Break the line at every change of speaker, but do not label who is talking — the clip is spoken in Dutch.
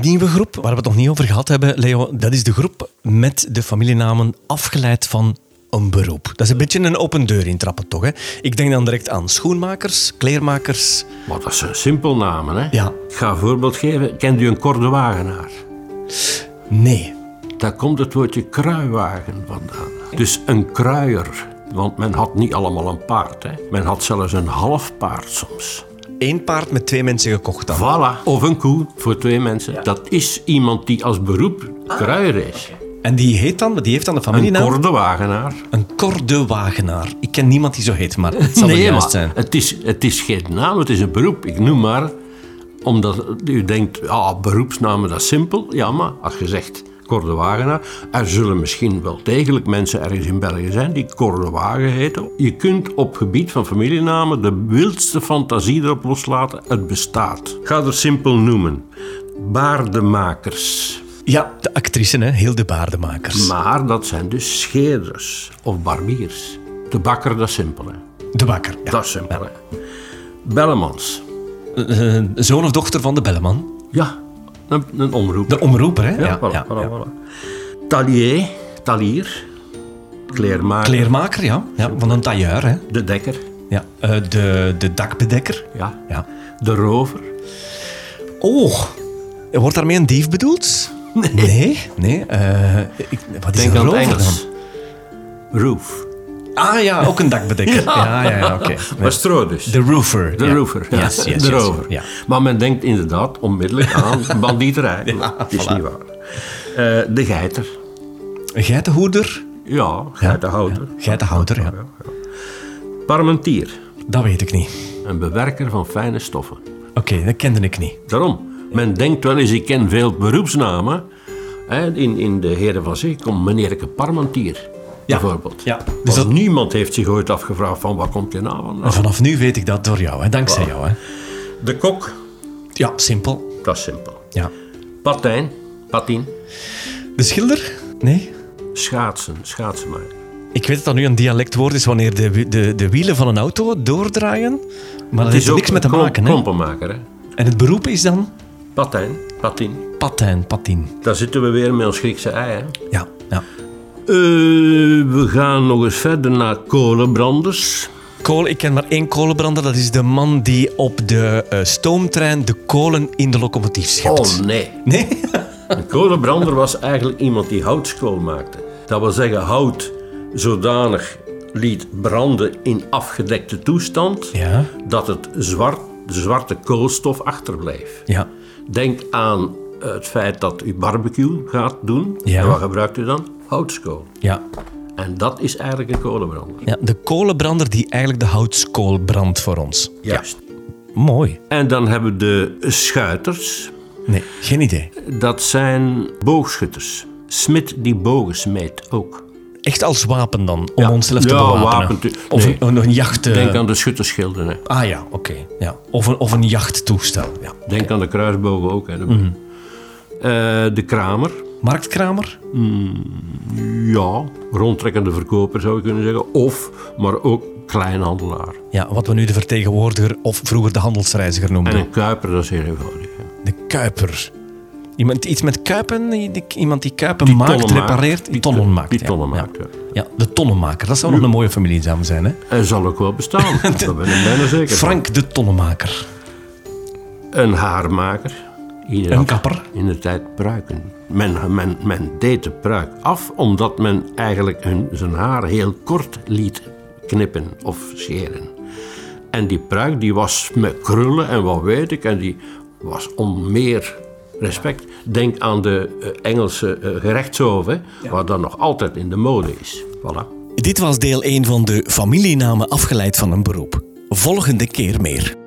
nieuwe groep, waar we het nog niet over gehad hebben, Leo, dat is de groep met de familienamen afgeleid van een beroep. Dat is een beetje een open deur intrappen, toch? Hè? Ik denk dan direct aan schoenmakers, kleermakers.
Maar dat zijn simpel namen, hè?
Ja.
Ik ga een voorbeeld geven. Kent u een kordewagenaar?
Nee.
Daar komt het woordje kruiwagen vandaan. Dus een kruier. Want men had niet allemaal een paard, hè? Men had zelfs een half paard soms.
Eén paard met twee mensen gekocht dan.
Voilà. Of een koe voor twee mensen. Dat is iemand die als beroep kruier is.
En die heet dan, die heeft dan de
Een
familienaam?
kordewagenaar.
Een kordewagenaar. Ik ken niemand die zo heet, maar het zal er
nee,
juist
maar
zijn.
Het is, het is geen naam, het is een beroep. Ik noem maar, omdat u denkt, ah, beroepsnamen, dat is simpel. Ja, maar als je zegt Kordewagenaar, er zullen misschien wel degelijk mensen ergens in België zijn die Kordewagen heten. Je kunt op gebied van familienamen de wildste fantasie erop loslaten. Het bestaat. Ik ga er simpel noemen. Baardenmakers.
Ja, de actrice, hè? heel de baardenmakers.
Maar dat zijn dus scheerders of barbiers. De bakker, dat is simpel, hè.
De bakker. Ja.
Dat is simpel, hè. Bellemans.
Eh, eh, zoon of dochter van de Belleman.
Ja, een, een omroep.
De omroeper, hè?
ja, voilà,
ja,
voilà,
ja.
voilà. Talier, talier, kleermaker,
Kleermaker, ja. ja. Van een tailleur, hè?
de dekker,
Ja. Eh, de, de dakbedekker.
ja.
Ja.
de rover.
Oh, wordt daarmee een dief bedoeld? Nee. Nee? Eh, ik, wat is
Denk
een
aan het
rover
Engels. Roof.
dan? Ah ja, ook een dakbedekker. ja, ja, ja, oké. Nee.
Maar stro dus.
De roofer.
De
ja.
rover. ja.
Yes, yes,
de
yes.
rover.
Ja.
Maar men denkt inderdaad onmiddellijk aan bandieterij. dat is niet waar. Eh, de geiter.
Een Geitenhoeder.
Ja, geitenhouder.
Geitenhouder, ja.
Parmentier.
Dat weet ik niet.
Een bewerker van fijne stoffen.
Oké, dat kende ik niet.
Daarom. Men denkt wel eens, ik ken veel beroepsnamen. Hè, in, in de Heren van Zee komt meneerke Parmentier, bijvoorbeeld.
ja. Dus
Dus
dat-
niemand heeft zich ooit afgevraagd van waar komt die naam
Maar
vandaan.
vanaf nu weet ik dat door jou, hè. dankzij jou. Hè.
De kok,
Ja, simpel.
dat is simpel.
Ja.
Patijn, patien,
De schilder? Nee.
schaatsen, schaatsen maken.
Ik weet dat dat nu een dialectwoord is wanneer de, wi- de, de wielen van een auto doordraaien. Maar dat heeft er niks met te
kom-
maken. Hè.
klompenmaker, hè.
En het beroep is dan
Patijn, patien.
patijn, patien.
Daar zitten we weer met ons Griekse ei, hè.
Ja, ja.
Eh, we gaan nog eens verder naar kolenbranders.
Kool, ik ken maar één kolenbrander. Dat is de man die op de eh, stoomtrein de kolen in de locomotief schept.
Oh nee.
Nee?
Een kolenbrander was eigenlijk iemand die houtskool maakte. Dat wil zeggen hout zodanig liet branden in afgedekte toestand
Ja.
dat het zwart, de zwarte koolstof achterbleef.
Ja.
Denk aan het feit dat u barbecue gaat doen.
Ja.
En wat gebruikt u dan? Houtskool.
Ja.
En dat is eigenlijk een kolenbrander.
ja. De kolenbrander die eigenlijk de houtskool brandt voor ons.
Juist.
Mooi.
En dan hebben we de schuiters.
Nee, geen idee.
Dat zijn boogschutters. Smid die bogen smeet ook.
Echt als wapen dan, om
Ja.
onszelf te
Ja,
bewapenen.
wapen-
Of
nee.
een, een, een jacht... eh,
Denk aan de schuttersschilden. Hè.
Ah ja, oké. Ja. Of, een, of een jachttoestel. Ja.
Denk aan de kruisbogen ook. Hè. Eh, de kramer.
Marktkramer?
Ja, rondtrekkende verkoper zou je kunnen zeggen. Of, maar ook kleinhandelaar.
Ja, wat we nu de vertegenwoordiger of vroeger de handelsreiziger noemden.
En een kuiper, dat is heel eenvoudig. hè.
De kuiper. Iemand, iets met kuipen? die- die- Iemand die kuipen maakt,
tonnen maakt.
repareert, die
Die
tonnen
ton-
maakt.
die
ja.
tonnen
ja.
maakt, ja.
Ja, de tonnenmaker. Dat zou nog een mooie familienaam zijn, hè?
Hij zal ook wel bestaan. dat ben ik bijna zeker. van.
Frank de tonnenmaker.
Een haarmaker. Iedereen
Een kapper.
In de tijd pruiken. Men, men, men deed de pruik af omdat men eigenlijk hun, zijn haar heel kort liet knippen of scheren. En die pruik die was met krullen en wat weet ik, en die was om meer respect. Denk aan de eh, Engelse eh, gerechtshoven, waar dat nog altijd in de mode is. Voilà.
Dit was deel 1 van de familienamen afgeleid van een beroep. Volgende keer meer.